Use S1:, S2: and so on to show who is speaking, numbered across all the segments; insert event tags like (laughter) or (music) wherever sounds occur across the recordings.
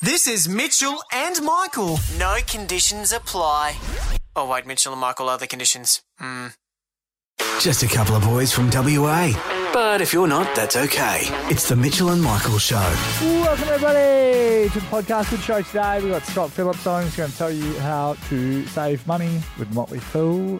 S1: This is Mitchell and Michael. No conditions apply. Oh, wait, Mitchell and Michael are the conditions. Hmm.
S2: Just a couple of boys from WA. But if you're not, that's okay. It's the Mitchell and Michael Show.
S3: Welcome everybody to the podcast good show today. We've got Scott Phillips on. He's going to tell you how to save money with Motley Fool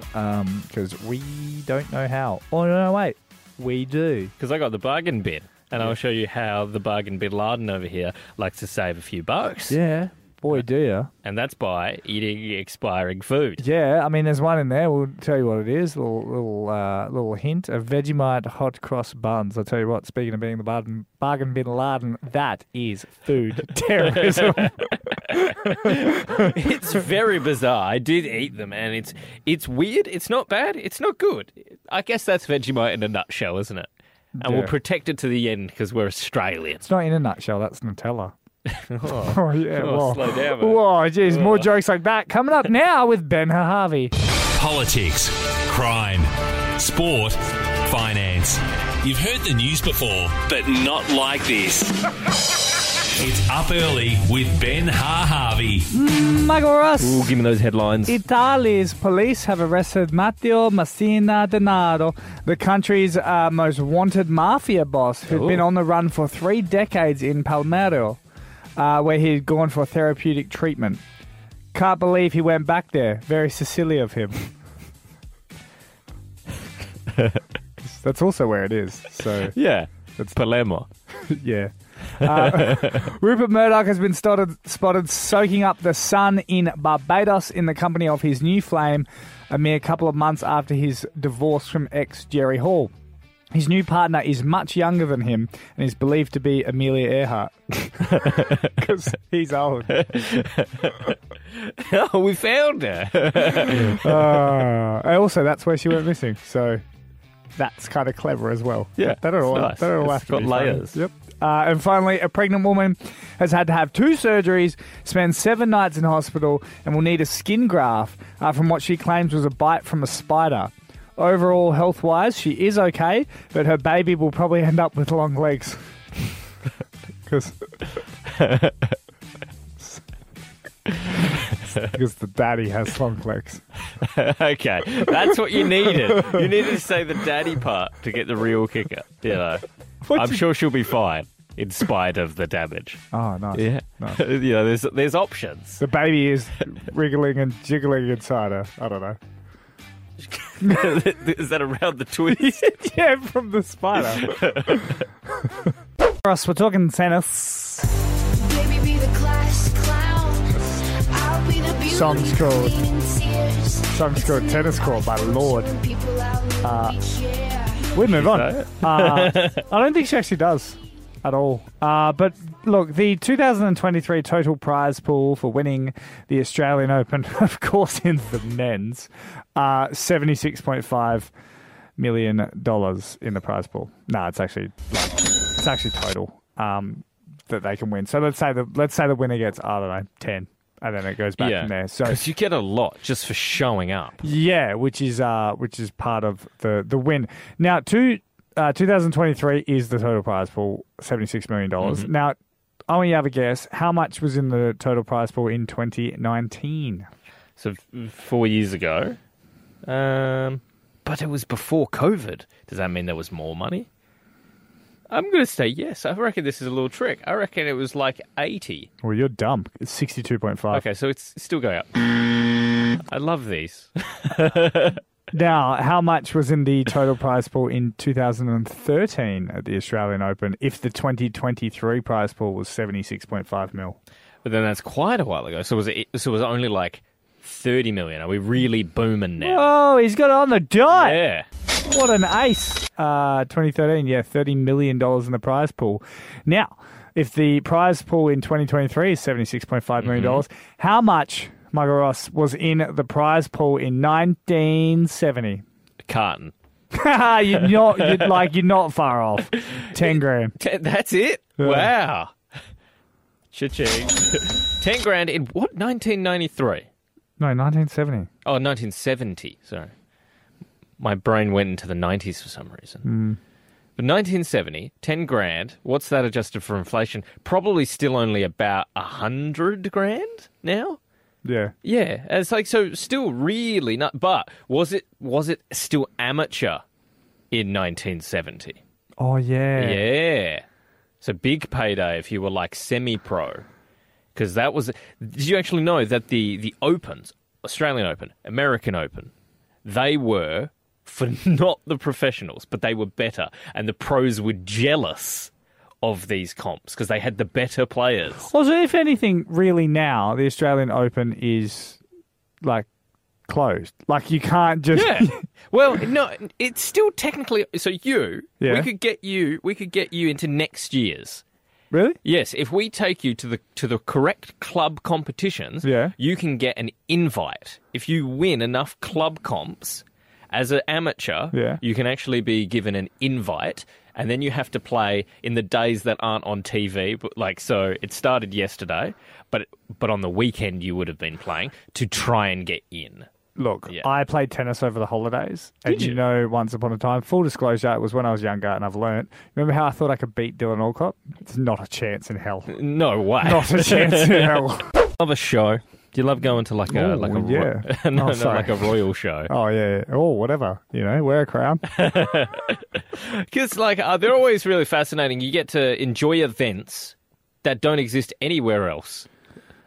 S3: because we don't know how. Oh no, no wait, we do.
S4: because I got the bargain bin, and I'll show you how the bargain bin Laden over here likes to save a few bucks,
S3: Yeah, boy, do you?
S4: and that's by eating expiring food.
S3: Yeah, I mean, there's one in there. We'll tell you what it is. Little little uh, little hint: a Vegemite hot cross buns. I tell you what. Speaking of being the bargain, bargain bin Laden, that is (laughs) food terrorism.
S4: (laughs) it's very bizarre. I did eat them, and it's it's weird. It's not bad. It's not good. I guess that's Vegemite in a nutshell, isn't it? And
S3: Yeah.
S4: we'll protect it to the end because we're Australians.
S3: it's not in a nutshell. That's Nutella.
S4: (laughs) Oh,
S3: (laughs) Oh yeah,
S4: Oh,
S3: whoa.
S4: slow down, mate. Oh.
S3: Whoa, geez, more jokes like that coming up now with Ben Harvey.
S5: Politics, crime, sport, finance. You've heard the news before, but not like (laughs) this. it's Up Early with Ben Ha Harvey.
S3: Michael
S4: Ooh,
S3: Ross.
S4: give me those headlines.
S3: Italy's police have arrested Matteo Messina Denaro, the country's uh, most wanted mafia boss, who'd
S4: Ooh.
S3: been on the run for three decades in Palmero, uh, where he'd gone for therapeutic treatment. Can't believe he went back there. Very Sicily of him. That's also where it is. So
S4: yeah, it's Palermo. (laughs)
S3: (laughs) Yeah. Uh, (laughs) Rupert Murdoch has been spotted, spotted soaking up the sun in Barbados in the company of his new flame a mere couple of months after his divorce from ex Jerry Hall. His new partner is much younger than him and is believed to be Amelia Earhart. (laughs) Because he's old.
S4: oh, we found her.
S3: Uh, and also, that's where she went missing. So that's kind of clever as well.
S4: Yeah,
S3: that all.
S4: it's nice.
S3: That all
S4: It's
S3: have to
S4: got
S3: be funny.
S4: layers.
S3: Yep. Uh, and finally, a pregnant woman has had to have two surgeries, spend seven nights in hospital, and will need a skin graft uh, from what she claims was a bite from a spider. Overall, health wise, she is okay, but her baby will probably end up with long legs. (laughs)
S4: (laughs)
S3: Because. Because the daddy has long legs.
S4: okay, that's what you needed. You needed to say the daddy part to get the real kicker. You know, I'm sure she'll be fine in spite of the damage.
S3: Oh, nice.
S4: (laughs) Yeah,
S3: Nice.
S4: you know, there's there's options.
S3: The baby is wriggling and jiggling inside her. I don't know. (laughs)
S4: (laughs) Is that around the twist?
S3: (laughs) yeah, from the (laughs) spider. Ross, we're talking tennis.
S6: Baby, be the class clown. I'll be the beauty
S3: Song's called-
S6: queen in tears.
S3: Song's
S6: It's
S3: called
S6: me
S3: Tennis Court by
S6: and my
S3: Lord. Uh,
S6: friends when people out on the beach, yeah.
S3: We move on. Uh, I don't think she actually does at all. Uh, but look, the 2023 total prize pool for winning the Australian Open, (laughs) of course, in the men's, uh, $76.5 million in the prize pool. No, it's actually it's actually total um, that they can win. So let's say the let's say the winner gets I don't know ten, and then it goes back
S4: yeah,
S3: from there.
S4: (laughs)
S3: So
S4: because you get a lot just for showing up.
S3: yeah, which is uh, which is part of the the win. Now, two, uh, 2023 is the total prize pool, seventy six million dollars. Now, I want you to have a guess. How much was in the total prize pool in 2019?
S4: So f- four years ago, um, but it was before COVID. Does that mean there was more money? I'm going to say yes. I reckon this is a little trick. I reckon it was like 80.
S3: Well, you're dumb. It's sixty two point five.
S4: Okay, so it's still going up. I love these. (laughs)
S3: Now, how much was in the total prize pool in 2013 at the Australian Open? If the 2023 prize pool was 76.5 mil.
S4: But then that's quite a while ago. So was it? So was it only like thirty million? Are we really booming now?
S3: Oh, he's got it on the dot.
S4: Yeah.
S3: What an ace! Uh, 2013, yeah, $30 million in the prize pool. Now, if the prize pool in 2023 is $76.5 million, dollars how much, Michael Ross, was in the prize pool in 1970?
S4: Carton.
S3: (laughs) you're not, you're, like, you're not far off. 10 grand.
S4: T- that's it. Wow. (laughs) Cha-ching. (laughs) Ten grand in what? Nineteen ninety-three.
S3: No, 1970.
S4: Oh, 1970. Sorry. My brain went into the 90s for some reason. But 1970, 10 grand. What's that adjusted for inflation? Probably still only about 100 grand now.
S3: Yeah.
S4: Yeah, and it's like so. Still, really not. But was it was it still amateur in 1970?
S3: Oh yeah.
S4: Yeah, so big payday if you were like semi-pro, because that was. Did you actually know that the the Opens, Australian Open, American Open, they were for (laughs) not the professionals, but they were better, and the pros were jealous of these comps because they had the better players.
S3: Also, if anything, really now the Australian Open is like closed. Like you can't just.
S4: Yeah. well, no, it's still technically so you
S3: Yeah.
S4: we could get you we could get you into next year's.
S3: (laughs) really?
S4: Yes, if we take you to the to the correct club competitions,
S3: Yeah.
S4: you can get an invite. If you win enough club comps as an amateur,
S3: Yeah.
S4: you can actually be given an invite and then you have to play in the days that aren't on TV but like so it started yesterday, but but on the weekend you would have been playing to try and get in.
S3: Look,
S4: Yeah.
S3: I played tennis over the holidays, and
S4: Did
S3: you?
S4: you?
S3: know, once upon a time, full disclosure, it was when I was younger, and I've learnt. Remember how I thought I could beat Dylan Alcott? It's not a chance in hell. (laughs)
S4: No way.
S3: Not a chance
S4: (laughs)
S3: in (laughs) hell.
S4: love a show. Do you love going to like a
S3: Ooh,
S4: like a ro-
S3: yeah.
S4: (laughs) no,
S3: Oh,
S4: no,
S3: sorry.
S4: like a royal show?
S3: Oh yeah, yeah. or whatever. You know, wear a (laughs) crown.
S4: Because like uh, they're always really fascinating. You get to enjoy events that don't exist anywhere else.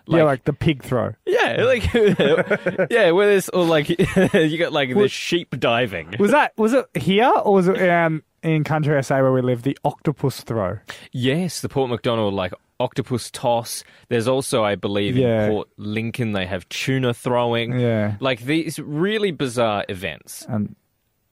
S3: yeah, like the pig throw.
S4: yeah, like (laughs) yeah, where there's or like (laughs) you got like the sheep diving.
S3: Was that was it here or was it um, in country SA where we live? The octopus throw.
S4: Yes, the Port McDonald like octopus toss. There's also, I believe,
S3: Yeah.
S4: in Port Lincoln they have tuna throwing.
S3: Yeah.
S4: like these really bizarre events.
S3: And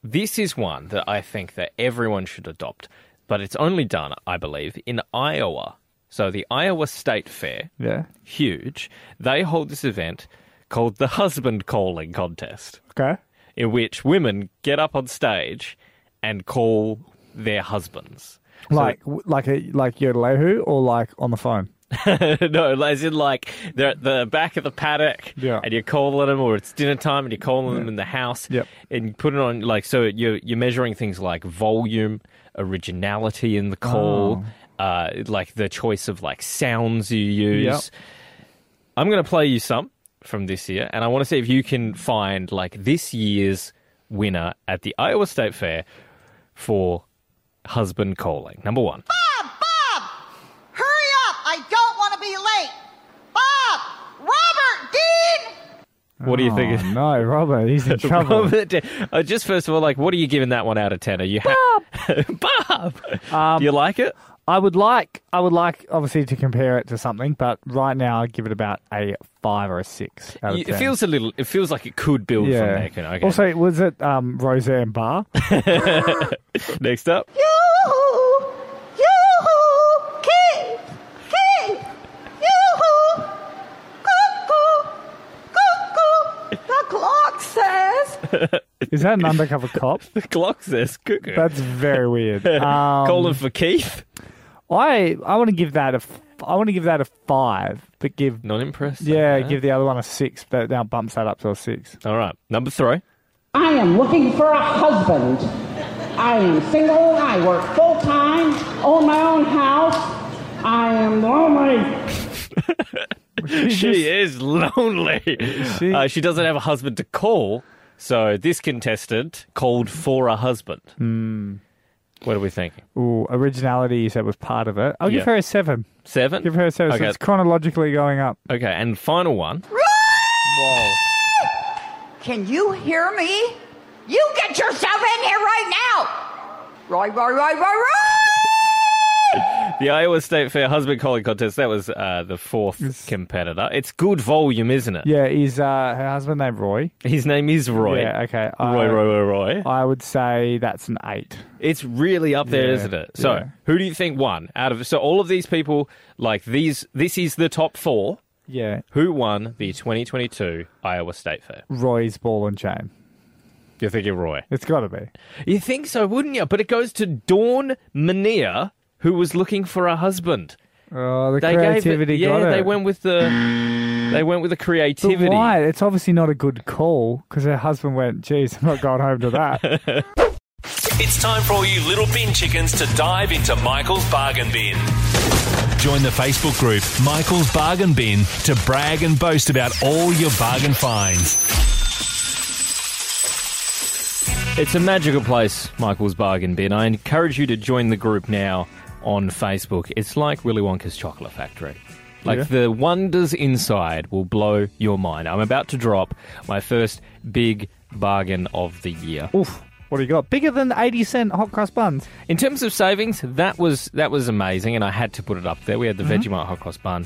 S4: This is one that I think that everyone should adopt, but it's only done, I believe, in Iowa. So the Iowa State Fair,
S3: yeah,
S4: huge, they hold this event called the Husband Calling Contest,
S3: okay.
S4: in which women get up on stage and call their husbands.
S3: Like like a like Yodelehu or like on the phone.
S4: (laughs) no, as in like they're at the back of the paddock,
S3: Yeah.
S4: and you're calling them, or it's dinner time, and you're calling them in the house,
S3: Yep.
S4: and you put it on like so. You're you're measuring things like volume, originality in the call, uh, like the choice of like sounds you use.
S3: Oh. Yep.
S4: I'm going to play you some from this year, and I want to see if you can find like this year's winner at the Iowa State Fair for husband calling. Number one.
S7: Bob, Bob, hurry up. I don't want to be late. Bob, Robert Dean.
S4: What do you think? of-
S3: Oh, no, (laughs) Robert, he's in trouble.
S4: (laughs) Robert, uh, just first of all, like, what are you giving that one out of ten? Are you ha- (laughs) Bob?
S3: Um,
S4: do you like it?
S3: I would like I would like obviously to compare it to something, but right now I'd give it about a five or a six out of
S4: It
S3: 10.
S4: feels a little. It feels like it could build from there. Can I? Okay.
S3: Also, was it um, Roseanne Barr?
S4: next up, (laughs)
S7: Yoo-hoo, yoo-hoo, Keith, Keith, yoo-hoo, cuckoo, cuckoo. The clock says.
S3: Is that an undercover (laughs) cop?
S4: the clock says cuckoo. (laughs)
S3: That's very weird. Um,
S4: Calling for Keith.
S3: I I want to give that a f- I want to give that a five, but give
S4: Not impressed.
S3: yeah,
S4: Okay.
S3: give the other one a six. That now bumps that up to a six.
S4: All right, number three.
S8: I am looking for a husband. I am single. I work full time. Own my own house. I am lonely.
S4: She is lonely.
S3: She-
S4: Uh, she doesn't have a husband to call, so this contestant called for a husband.
S3: Hmm.
S4: What are we thinking?
S3: Ooh, originality you said was part of it. I'll
S4: Yeah.
S3: give her a seven.
S4: Seven.
S3: Give her a seven. So
S4: Okay.
S3: it's chronologically going up.
S4: okay, and final one.
S7: Can you hear me? You get yourself in here right now. Roy, Roy, Roy, Roy, Roy.
S4: The Iowa State Fair husband calling contest. That was uh, the fourth competitor. It's good volume, isn't it?
S3: Yeah, is uh, her husband named Roy?
S4: His name is Roy.
S3: Yeah, okay.
S4: Roy,
S3: I-
S4: Roy, Roy, Roy.
S3: (laughs) I would say that's an eight.
S4: It's really up there,
S3: Yeah,
S4: not it? So,
S3: yeah.
S4: who do you think won out of? So, all of these people, like these, this is the top four.
S3: Yeah,
S4: Who won the 2022 Iowa State Fair?
S3: Roy's ball and chain.
S4: You're thinking Roy.
S3: It's got to be.
S4: You think so, wouldn't you? But it goes to Dawn Mania, who was looking for a husband.
S3: Oh, the
S4: They
S3: creativity
S4: gave it. Yeah,
S3: got it.
S4: they went with the. They went with the
S3: But
S4: creativity.
S3: (laughs) why? It's obviously not a good call because her husband went, "Geez, I'm not going home to that."
S5: It's time for all you little bin chickens to dive into Michael's bargain bin. Join the Facebook group Michael's Bargain Bin to brag and boast about all your bargain finds.
S4: It's a magical place, Michael's Bargain Bin. I encourage you to join the group now on Facebook. It's like Willy Wonka's Chocolate Factory. Like
S3: Yeah.
S4: the wonders inside will blow your mind. I'm about to drop my first big bargain of the year.
S3: Oof. What do you got? Bigger than 80 cent hot cross buns.
S4: In terms of savings, that was that was amazing, and I had to put it up there. We had the Vegemite hot cross bun,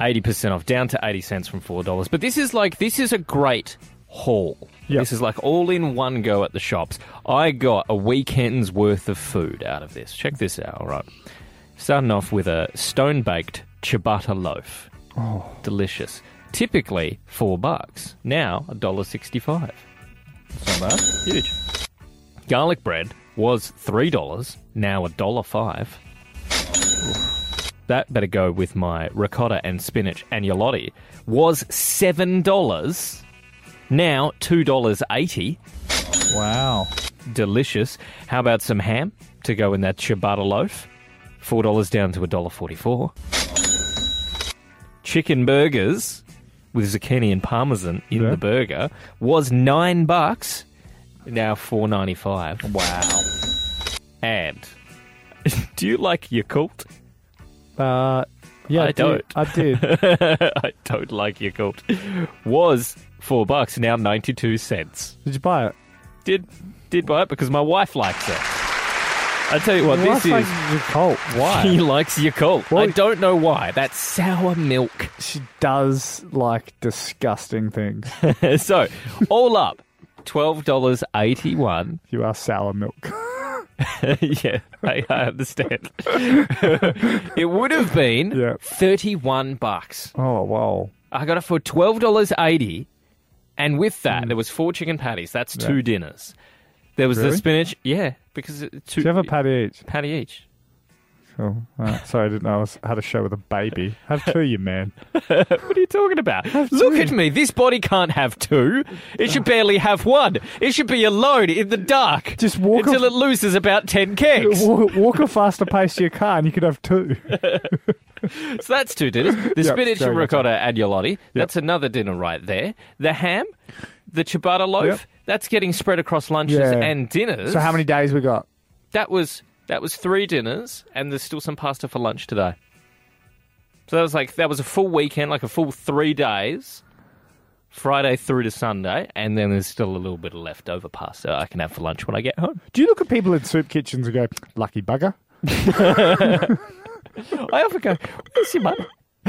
S4: eighty percent off, down to eighty cents from four dollars. But this is like this is a great haul.
S3: Yep.
S4: This is like all in one go at the shops. I got a weekend's worth of food out of this. Check this out. All right, starting off with a stone baked ciabatta loaf. Oh, delicious. Typically four bucks. Now a dollar sixty-five. That's not bad. Huge. Garlic bread was three dollars, now a dollar five. That better go with my ricotta and spinach and yolotti was seven dollars, now two dollars eighty.
S3: Wow.
S4: Delicious. How about some ham to go in that ciabatta loaf? Four dollars down to a dollar forty-four. Chicken burgers with zucchini and parmesan in
S3: Yeah.
S4: the burger was nine bucks, now four ninety-five.
S3: Wow.
S4: And (laughs) do you like Yakult?
S3: Uh, yeah,
S4: I
S3: did-
S4: don't.
S3: I did.
S4: (laughs) I don't like Yakult. Was four bucks now ninety two cents.
S3: Did you buy it?
S4: Did did buy it because my wife likes it. I tell you what,
S3: Well,
S4: this
S3: that's like
S4: is
S3: your cult.
S4: (laughs) she
S3: Why?
S4: likes Yakult. I
S3: Well-
S4: don't know why. That sour milk.
S3: (laughs)
S4: (laughs)
S3: she does like disgusting things.
S4: so all up, twelve dollars eighty one.
S3: You are sour milk.
S4: (laughs)
S3: (laughs)
S4: yeah, I, I understand. (laughs) it would have been
S3: Yeah.
S4: thirty one bucks.
S3: Oh, wow.
S4: I got it for twelve dollars eighty, and with
S3: Hmm.
S4: that there was four chicken patties. That's two dinners. There was the
S3: Really?
S4: spinach. Yeah, because it, two
S3: Do you have a patty each?
S4: patty each.
S3: Oh, right. sorry, I didn't know I was, had a show with a baby. Have two, you (laughs) man.
S4: What are you talking about? Look at me. This body can't have two. It should barely have one. It should be alone in the dark.
S3: Just walk
S4: until
S3: off-
S4: it loses about ten kegs.
S3: (laughs) Walk, walk a faster pace to your car and you could have two.
S4: So that's two dinners. The
S3: Yep,
S4: spinach
S3: sorry,
S4: and
S3: that's
S4: ricotta and yolotti. That's another dinner right there. The ham, the ciabatta loaf.
S3: Yep.
S4: That's getting spread across lunches
S3: Yeah.
S4: and dinners.
S3: So how many days we got?
S4: that was that was three dinners and there's still some pasta for lunch today so that was like that was a full weekend like a full three days friday through to sunday and then there's still a little bit of leftover pasta i can have for lunch when i get home
S3: Do you look at people in soup kitchens and go, lucky bugger?
S4: i often go where's your money (laughs)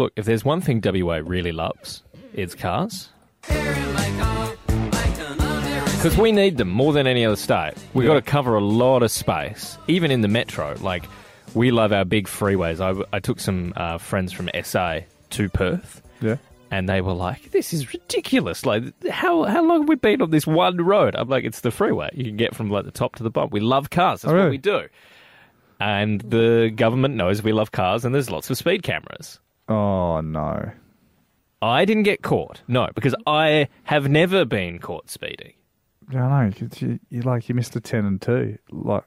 S4: look if there's one thing wa really loves it's cars Because we need them more than any other state. We've got to cover a lot of space, even in the metro. Like, we love our big freeways. I, I took some uh, friends from SA to Perth,
S3: Yeah.
S4: and they were like, "This is ridiculous! Like, how how long have we been on this one road?" I'm like, "It's the freeway. You can get from like the top to the bottom. We love cars. That's
S3: Oh,
S4: what
S3: really?
S4: we do." And the government knows we love cars, and there's lots of speed cameras.
S3: Oh, no.
S4: I didn't get caught, no, because I have never been caught speeding.
S3: Yeah, I know. You, you, you like you missed a ten and two. Like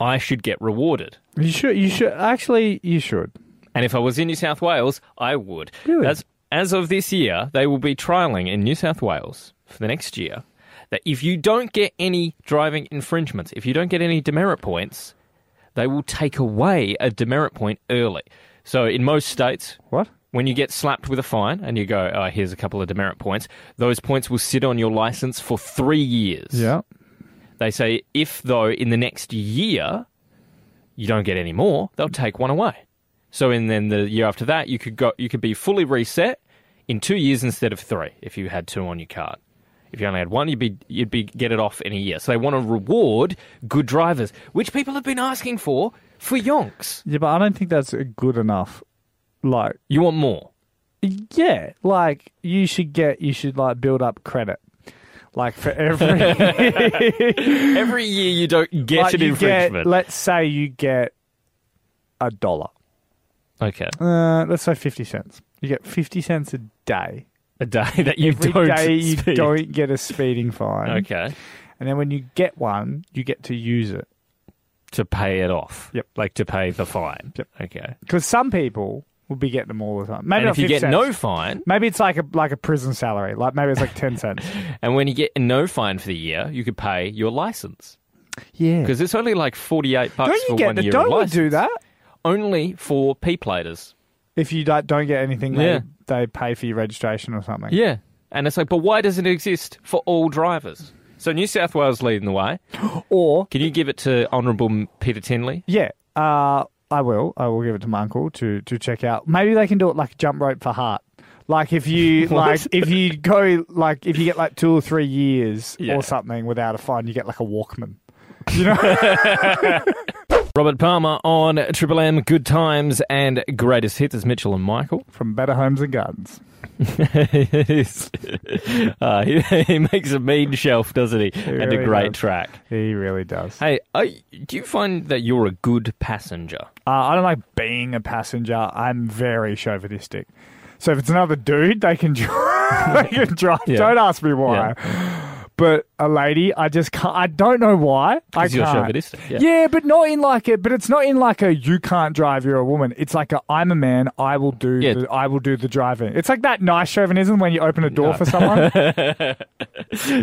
S4: I should get rewarded.
S3: you should. You should actually. You should.
S4: And if I was in New South Wales, I would.
S3: Really?
S4: That's, as of this year, they will be trialling in New South Wales for the next year that if you don't get any driving infringements, if you don't get any demerit points, they will take away a demerit point early. So in most states,
S3: What?
S4: when you get slapped with a fine and you go, oh, here's a couple of demerit points, those points will sit on your license for three years.
S3: Yeah.
S4: They say if, though, in the next year you don't get any more, they'll take one away. So, and then the year after that, you could go, you could be fully reset in two years instead of three if you had two on your card. If you only had one, you'd be you'd be get it off in a year. So they want to reward good drivers, which people have been asking for for yonks.
S3: Yeah, but I don't think that's uh, good enough. Like,
S4: You want more?
S3: yeah, like you should get. You should like build up credit. Like for every like
S4: Every year you don't get an
S3: you get,
S4: infringement.
S3: let's say you get a dollar.
S4: okay,
S3: Uh, let's say fifty cents. You get fifty cents a day
S4: a day that you
S3: Every
S4: don't
S3: day you
S4: speed.
S3: don't get a speeding fine.
S4: Okay.
S3: And then when you get one, you get to use it.
S4: To pay it off.
S3: Yep.
S4: Like to pay the fine.
S3: Yep.
S4: Okay.
S3: Because some people will be getting them all the time. Maybe
S4: And
S3: not
S4: if you
S3: 50
S4: get
S3: cents.
S4: no fine,
S3: Maybe it's like a like a prison salary. Like maybe it's like ten
S4: (laughs)
S3: cents.
S4: and when you get no fine for the year, you could pay your license.
S3: yeah.
S4: Because it's only like 48 bucks
S3: Don't
S4: for
S3: you get
S4: one
S3: the
S4: year
S3: don't
S4: of
S3: we
S4: license.
S3: do that?
S4: Only for P-platers.
S3: If you don't, don't get anything,
S4: Yeah.
S3: they, they pay for your registration or something.
S4: Yeah. And it's like, but why doesn't it exist for all drivers? So New South Wales leading the way.
S3: Or
S4: Can you give it to Honourable M- Peter Tinley?
S3: yeah, uh, I will. I will give it to my uncle to to check out. Maybe they can do it like a jump rope for heart. Like if (laughs) you like if you go like if you get like two or three years
S4: Yeah.
S3: or something without a fine, you get like a Walkman. You know,
S4: Robert Palmer on Triple M, Good Times and Greatest Hits. It's Mitchell and Michael. (laughs)
S3: from Better Homes and Gardens.
S4: uh, he, (laughs) he makes a mean shelf, doesn't he? and a
S3: really
S4: great
S3: does.
S4: track.
S3: He really does.
S4: Hey, I, do you find that you're a good passenger?
S3: Uh, I don't like being a passenger. I'm very chauvinistic. So if it's another dude, they can drive. (laughs) they can drive.
S4: Yeah.
S3: Don't ask me why. But a lady, I just can't. I don't know why. I
S4: 'Cause you're
S3: can't.
S4: chauvinistic, yeah.
S3: but not in like a. But it's not in like a. You can't drive. You're a woman. It's like a. I'm a man. I will do.
S4: Yeah.
S3: The, I will do the driving. It's like that nice chauvinism when you open a door for
S4: (laughs)
S3: someone. okay,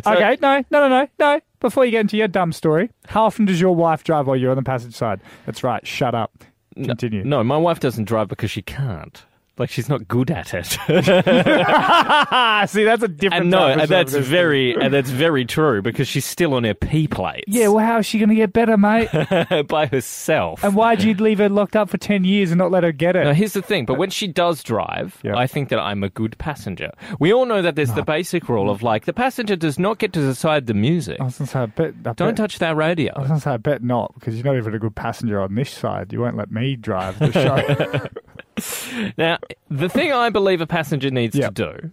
S3: no, no, no, no, no. Before you get into your dumb story, how often does your wife drive while you're on the passenger side? That's right. Shut up. Continue.
S4: No, my wife doesn't drive because she can't. Like she's not good at it.
S3: Ah, see, that's a different.
S4: (laughs) and no,
S3: type of
S4: and that's
S3: chauvinism.
S4: very and that's very true because she's still on her P plates.
S3: Yeah, well, how is she going to get better, mate?
S4: (laughs) by herself.
S3: and why'd you leave her locked up for ten years and not let her get it?
S4: Now, here's the thing, but when she does drive,
S3: Yeah.
S4: I think that I'm a good passenger. We all know that there's the basic rule of like the passenger does not get to decide the music.
S3: I was going to say, I bet, I
S4: Don't
S3: bet,
S4: touch that
S3: I was
S4: radio.
S3: going to say, I bet not, because you're not even a good passenger on this side. You won't let me drive the
S4: (laughs)
S3: show.
S4: Now, the thing I believe a passenger needs
S3: Yeah.
S4: to do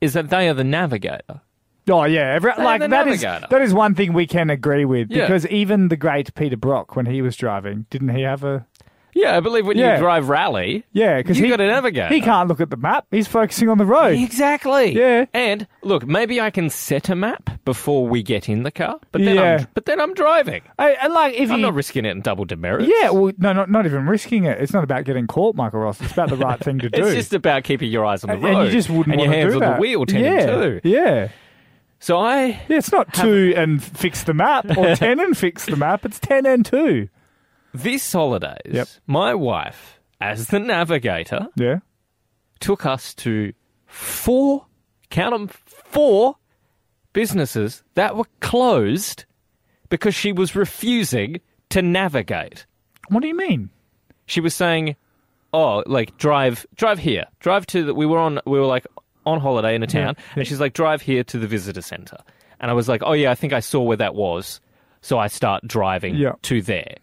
S4: is that they are the navigator.
S3: oh yeah, every, like
S4: the
S3: that is
S4: navigator.
S3: that is one thing we can agree with,
S4: Yeah.
S3: because even the great Peter Brock, when he was driving, didn't he have a
S4: Yeah, I believe when
S3: Yeah.
S4: you drive rally,
S3: yeah? Because
S4: You
S3: he
S4: gotta navigate.
S3: He can't look at the map. He's focusing on the (laughs) road.
S4: Exactly.
S3: Yeah.
S4: And look, maybe I can set a map before we get in the car, but then
S3: Yeah.
S4: I'm but then I'm driving.
S3: I, and like if
S4: I'm
S3: you
S4: not risking it in double demerits.
S3: Yeah, well, no, not, not even risking it. It's not about getting caught, Michael Ross. It's about the right thing to do.
S4: (laughs) It's just about keeping your eyes on the
S3: and
S4: road.
S3: you just wouldn't
S4: and your
S3: want
S4: hands
S3: to do
S4: on
S3: that.
S4: the wheel ten
S3: yeah,
S4: and two.
S3: Yeah.
S4: So I
S3: Yeah, it's not two and fix the map (laughs) or 10 and fix the map. It's 10 and two.
S4: this holidays,
S3: Yep.
S4: my wife, as the navigator,
S3: Yeah.
S4: took us to four count 'em, four businesses that were closed because she was refusing to navigate.
S3: What do you mean?
S4: she was saying, "Oh, like drive, drive here, drive to the." We were on, we were like on holiday in a town, and she's like, "Drive here to the visitor center," and I was like, "Oh yeah, I think I saw where that was," so I start driving
S3: Yeah.
S4: to there,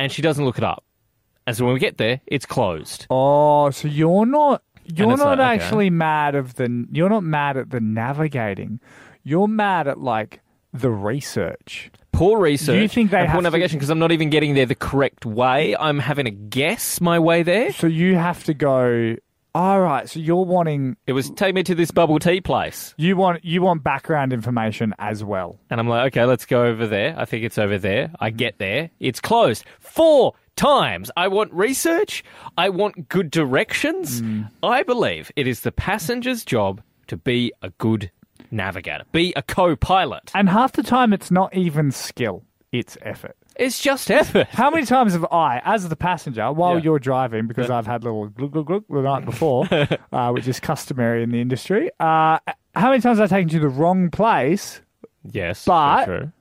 S4: and she doesn't look it up, and so when we get there, it's closed.
S3: Oh, so you're not you're
S4: it's
S3: not
S4: like, okay.
S3: actually mad of the you're not mad at the navigating. You're mad at like the research.
S4: Poor research.
S3: You think they
S4: and
S3: have
S4: poor
S3: to-
S4: navigation because I'm not even getting there the correct way. I'm having to guess my way there.
S3: So you have to go all right, so you're wanting
S4: It was take me to this bubble tea place.
S3: you want you want background information as well.
S4: And I'm like, okay, let's go over there. I think it's over there. I get there. It's closed four times. I want research. I want good directions.
S3: Mm.
S4: I believe it is the passenger's job to be a good navigator, be a co pilot.
S3: And half the time, it's not even skill, it's effort.
S4: It's
S3: (laughs)
S4: just effort.
S3: How many times have I, as the passenger, while
S4: Yeah.
S3: you're driving, because I've had little glug glug glug the night
S4: (laughs)
S3: before, uh, which is customary in the industry, uh, how many times have I taken you to the wrong place?
S4: Yes.
S3: But-
S4: true.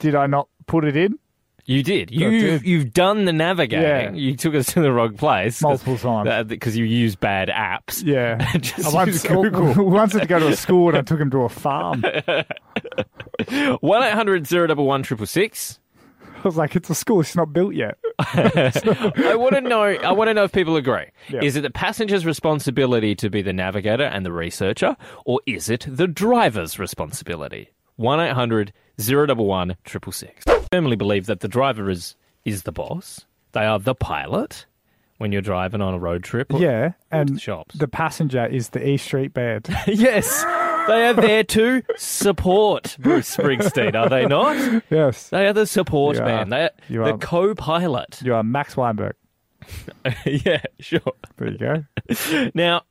S3: Did I not put it in?
S4: You did. You,
S3: did.
S4: You've done the navigating.
S3: Yeah.
S4: You took us to the wrong place. 'cause-
S3: Multiple times.
S4: uh, Because you use bad apps.
S3: (laughs) Yeah.
S4: (laughs) Just
S3: I once,
S4: use Google.
S3: (laughs) once had to go to a school and I took him to a
S4: (laughs)
S3: farm. I
S4: one 800 011 666.
S3: was like, it's a school, it's not built yet.
S4: I want to know. I want to know if people agree.
S3: Yeah.
S4: Is it the passenger's responsibility to be the navigator and the researcher, or is it the driver's responsibility? One 800 011 666. I firmly believe that the driver is is the boss. They are the pilot. when you're driving on a road trip.
S3: Yeah, and
S4: the shops.
S3: the passenger is the E Street Band.
S4: (laughs) yes, they are there to support Bruce Springsteen, are
S3: (laughs)
S4: they not?
S3: yes,
S4: They are the support
S3: You are.
S4: man. They are
S3: You
S4: the
S3: are.
S4: co-pilot. (laughs)
S3: you are Max Weinberg.
S4: yeah, sure.
S3: There you go.
S4: Now,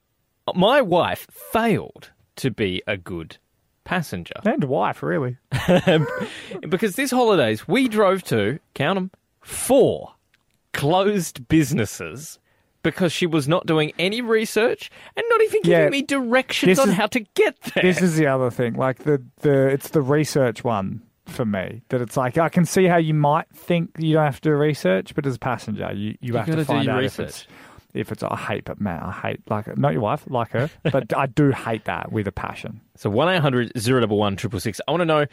S4: my wife failed to be a good passenger
S3: and wife, really.
S4: because this holidays we drove to count 'em, four closed businesses because she was not doing any research and not even giving
S3: Yeah.
S4: me directions
S3: This
S4: on
S3: is-
S4: how to get there.
S3: This is the other thing. Like the the it's the research one for me that it's like I can see how you might think you don't have to do research, but as a passenger, you you, have
S4: gotta
S3: to
S4: do
S3: find
S4: your
S3: out
S4: research.
S3: if it's. If it's, I hate, but man, I hate like not your wife, like
S4: (laughs)
S3: her, but I do hate that with a passion.
S4: So one 011 666. I want to know,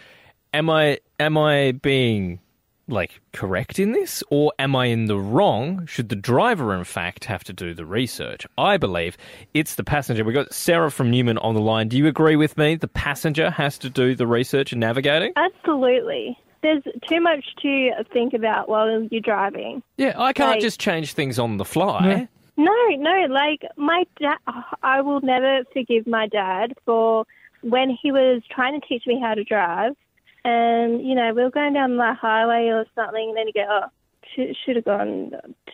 S4: am I am I being like correct in this, or am I in the wrong? Should the driver, in fact, have to do the research? I believe it's the passenger. We got Sarah from Newman on the line. Do you agree with me? The passenger has to do the research and navigating.
S9: Absolutely. There's too much to think about while you're driving.
S4: Yeah, I can't
S9: Right.
S4: just change things on the fly.
S9: No, no, like my dad, I will never forgive my dad for when he was trying to teach me how to drive. And, you know, we were going down the highway or something, and then you go, oh, should, should have gone,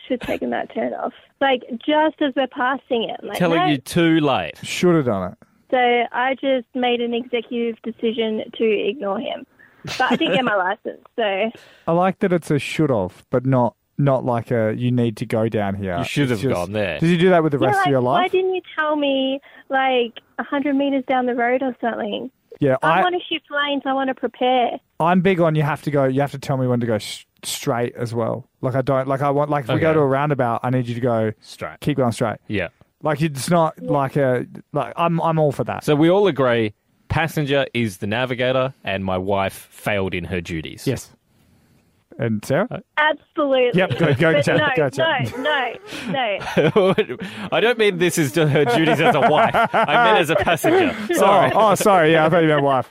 S9: should have taken that turn off. Like, just as we're passing it. Like,
S4: Telling
S9: no.
S4: you too late.
S3: Should have done it.
S9: So I just made an executive decision to ignore him. But I didn't
S3: (laughs)
S9: get my license, so
S3: I like that it's a should have, but not not like a you need to go down here.
S4: You should
S3: It's
S4: have gone there.
S3: Did you do that with the
S9: Yeah,
S3: rest
S9: like,
S3: of your
S9: Why
S3: life?
S9: didn't you tell me like a hundred meters down the road or something?
S3: yeah,
S9: I,
S3: I,
S9: want to shift lanes. I want to prepare.
S3: I'm big on you have to go. You have to tell me when to go s straight as well. Like I don't like I want like if we go
S4: Okay.
S3: to a roundabout, I need you to go
S4: Straight.
S3: keep going straight.
S4: Yeah.
S3: Like it's not like a like I'm I'm all for that.
S4: So we all agree. Passenger is the navigator, and my wife failed in her duties.
S3: yes. And Sarah,
S10: Uh,
S9: Absolutely.
S3: Yep, go- go,
S9: But
S3: Jack,
S9: no,
S3: go, Jack.
S9: no, no, no.
S4: (laughs) I don't mean this is (laughs) her duties as a wife. I meant as a passenger.
S3: sorry. Oh, oh, sorry. Yeah, I thought you meant
S9: (laughs)
S3: wife.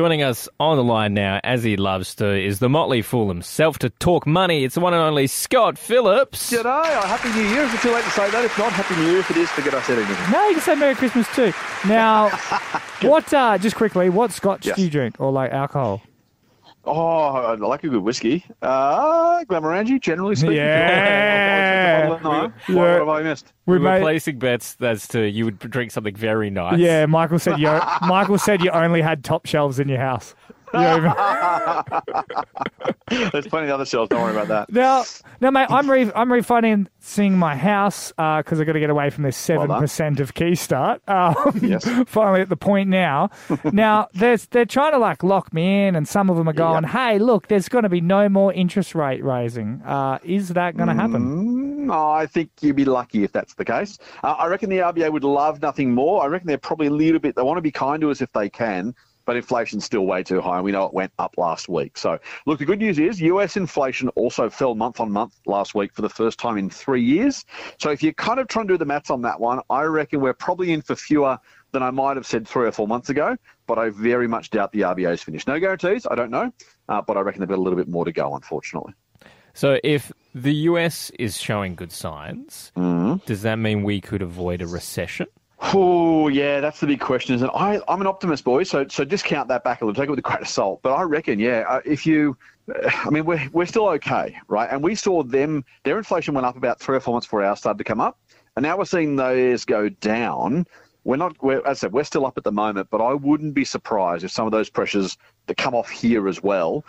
S4: Joining us on the line now, as he loves to, is the motley fool himself to talk money. It's the one and only Scott Phillips.
S10: G'day, oh, happy new year. If it's too late to say that, if not, happy new year. If it is, forget I said anything.
S3: No, you can say Merry Christmas too. Now,
S9: (laughs)
S3: what? uh Just quickly, what scotch
S10: Yes.
S3: do you drink or like alcohol?
S10: Oh, I like a good whiskey. Uh, Glamorangi,
S3: (laughs)
S10: generally speaking.
S3: Yeah.
S10: (laughs) I'll take the bottle at nine.
S3: Yeah.
S10: What have I missed?
S3: We
S4: We were
S3: made-
S4: placing bets as to you would drink something very nice.
S3: Yeah, Michael said you.
S10: (laughs)
S3: Michael said you only had top shelves in your house. You even-
S10: There's plenty of other shells. Don't worry about that.
S3: Now, now, mate, I'm re- I'm refinancing my house uh, because I've got to get away from this
S10: Well
S3: seven
S10: done.
S3: percent of Keystart. Um,
S10: Yes.
S3: (laughs) Finally, at the
S10: (laughs)
S3: point now. now, there's they're trying to like lock me in, and some of them are going, "Hey, look, there's going to be no more interest rate raising. Uh, is that
S10: Mm,
S3: going to happen?"
S10: Oh, I think you'd be lucky if that's the case. Uh, I reckon the RBA would love nothing more. I reckon they're probably a little bit, they want to be kind to us if they can, but inflation's still way too high. And we know it went up last week. So, look, the good news is US inflation also fell month on month last week for the first time in three years. So, if you're kind of trying to do the maths on that one, I reckon we're probably in for fewer than I might have said three or four months ago, but I very much doubt the RBA's finished. No guarantees, I don't know, uh, but I reckon they've got a little bit more to go, unfortunately.
S4: So if the US is showing good signs,
S3: Mm-hmm.
S4: does that mean we could avoid a recession?
S10: Oh yeah, that's the big question, isn't it? I, I'm an optimist, boy. So so discount that back a little, take it with a grain of salt. But I reckon, yeah, uh, if you, uh, I mean, we're we're still okay, right? And we saw them, their inflation went up about three or four months before ours started to come up, and now we're seeing those go down. We're not, we're, as I said, we're still up at the moment, but I wouldn't be surprised if some of those pressures that come off here as well.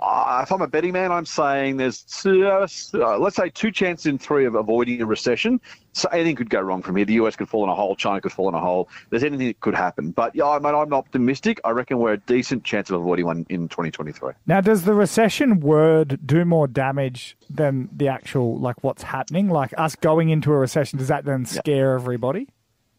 S10: Uh, if I'm a betting man, I'm saying there's just, uh, let's say two chances in three of avoiding a recession. So anything could go wrong from here. The US could fall in a hole. China could fall in a hole. There's anything that could happen. But yeah, I mean, I'm optimistic. I reckon we're a decent chance of avoiding one in 2023.
S3: Now, does the recession word do more damage than the actual like what's happening? Like us going into a recession, does that then scare everybody?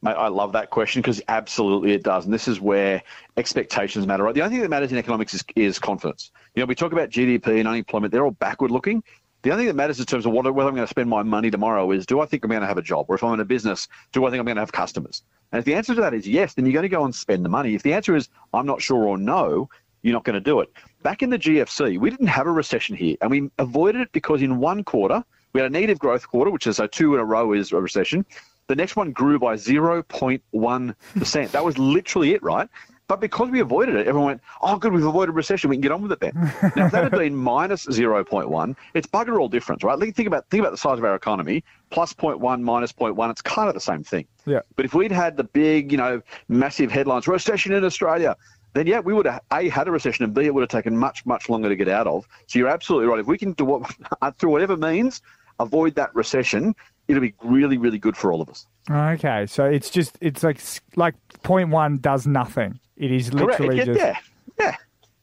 S10: Mate, I love that question because absolutely it does. And this is where expectations matter, right? The only thing that matters in economics is, is confidence. You know, we talk about GDP and unemployment, they're all backward looking. The only thing that matters in terms of what, whether I'm going to spend my money tomorrow is do I think I'm going to have a job? Or if I'm in a business, do I think I'm going to have customers? And if the answer to that is yes, then you're going to go and spend the money. If the answer is I'm not sure or no, you're not going to do it. Back in the GFC, we didn't have a recession here and we avoided it because in one quarter, We had a negative growth quarter, which is so two in a row is a recession. The next one grew by 0.1%. that was literally it, right? But because we avoided it, everyone went, oh, good, we've avoided recession. We can get on with it then. now, if that had been minus 0.1, it's bugger all difference, right? Like, Think about, think about the size of our economy. Plus 0.1, minus 0.1, it's kind of the same thing.
S3: Yeah.
S10: But if we'd had the big, you know, massive headlines, recession in Australia, then yeah, we would have a had a recession, and b it would have taken much much longer to get out of. So you're absolutely right. If we can do what (laughs) uh, through whatever means, avoid that recession, it'll be really really good for all of us.
S3: Okay, so it's just it's like s- like point one does nothing. It is
S10: Correct.
S3: literally
S10: Yeah,
S3: just
S10: yeah, yeah.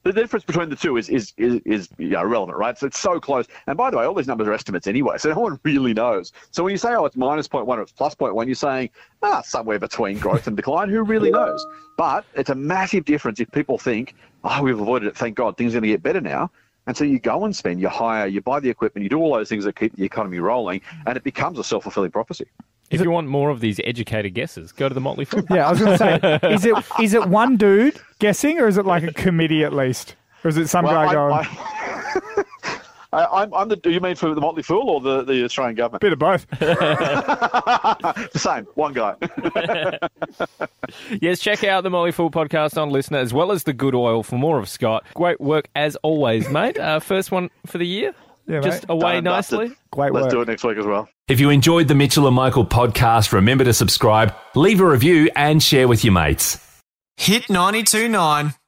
S10: The difference between the two is is is, is yeah, irrelevant, right? So it's so close. And by the way, all these numbers are estimates anyway, so (laughs) no one really knows. So when you say, oh, it's minus 0.1 or it's plus 0.1, you're saying, ah, somewhere between growth and decline. Who really knows? But it's a massive difference if people think, oh, we've avoided it. Thank God, things are going to get better now. And so you go and spend, you hire, you buy the equipment, you do all those things that keep the economy rolling, and it becomes a self fulfilling prophecy.
S4: If you want more of these educated guesses, go to the Motley Fool.
S3: Yeah, I was going to
S10: (laughs)
S3: say, is it is it one dude guessing, or is it like a committee at least, or is it some
S10: Well,
S3: guy
S10: I-
S3: going
S10: I, (laughs) I'm, I'm the. You mean for the Motley Fool or the, the Australian government?
S3: bit
S10: (laughs)
S3: of both?
S10: Same, one guy.
S4: Yes, check out the Molly Fool podcast on Listener as well as the Good Oil for more of Scott. Great work as always, mate. Uh, first one for the year.
S3: Yeah,
S4: Just
S3: mate.
S4: away
S10: Done and dusted.
S4: nicely.
S3: Great
S10: Let's
S3: work.
S10: do it next week as well.
S5: If you enjoyed the Mitchell and Michael podcast, remember to subscribe, leave a review, and share with your mates.
S1: Hit 92.9.